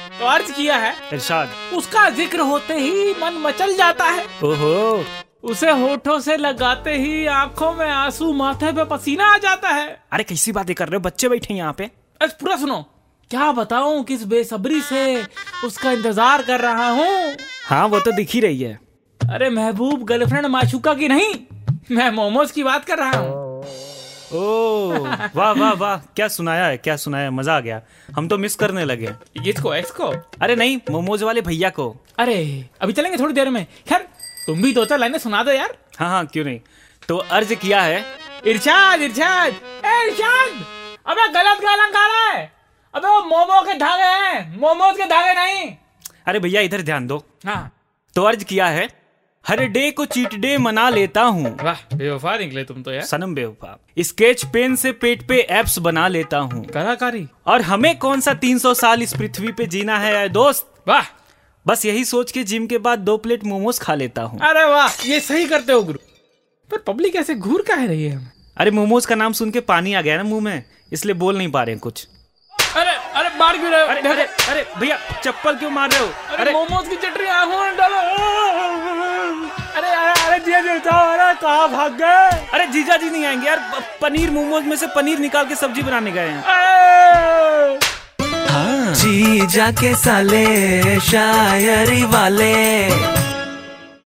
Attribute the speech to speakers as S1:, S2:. S1: कार्य तो किया है
S2: इरशाद
S1: उसका जिक्र होते ही मन मचल जाता है
S2: ओहो
S1: उसे होठों से लगाते ही आंखों में आंसू माथे पे पसीना आ जाता है
S2: अरे कैसी बातें कर रहे हो बच्चे बैठे हैं यहाँ पे
S1: आज पूरा सुनो क्या बताऊं किस बेसब्री से उसका इंतजार कर रहा हूँ
S2: हाँ वो तो दिख ही रही है
S1: अरे महबूब गर्लफ्रेंड माशुका की नहीं मैं मोमोज की बात कर रहा हूँ
S2: ओ वाह वाह वाह क्या सुनाया है क्या सुनाया है, मजा आ गया हम तो मिस करने लगे
S1: इसको एक्स को
S2: अरे नहीं मोमोज वाले भैया को
S1: अरे अभी चलेंगे थोड़ी देर में खैर तुम भी दो चार लाइनें सुना दो यार
S2: हाँ हाँ क्यों नहीं तो अर्ज किया है
S1: इरशाद इरशाद ए इरशाद अबे गलत गाना गा रहा है अबे वो मोमो के धागे हैं मोमोज के धागे नहीं
S2: अरे भैया इधर ध्यान दो
S1: हाँ
S2: तो अर्ज किया है हर डे को चीट डे मना लेता हूँ
S1: वाह बेवफा निकले तुम तो यार
S2: सनम बेवफा स्केच पेन से पेट पे एप्स बना लेता हूँ
S1: कलाकारी
S2: और हमें कौन सा 300 साल इस पृथ्वी पे जीना है ऐ दोस्त
S1: वाह
S2: बस यही सोच के जिम के बाद दो प्लेट मोमोज खा लेता हूँ
S1: अरे वाह ये सही करते हो गुरु पर पब्लिक ऐसे घूर काहे रही है हमें
S2: अरे मोमोज का नाम सुन के पानी आ गया ना मुंह में इसलिए बोल नहीं पा रहे हैं कुछ
S1: अरे अरे मार क्यों रहे हो?
S2: अरे अरे अरे भैया चप्पल क्यों मार रहे हो
S1: अरे मोमोज की चटनी आंखों में डालो अरे अरे अरे जी जी जाओ अरे कहाँ भाग गए
S2: अरे जीजा जी नहीं आएंगे यार प- पनीर मोमोज में से पनीर निकाल के सब्जी बनाने गए हैं
S1: अरे!
S3: जी जाके साले शायरी वाले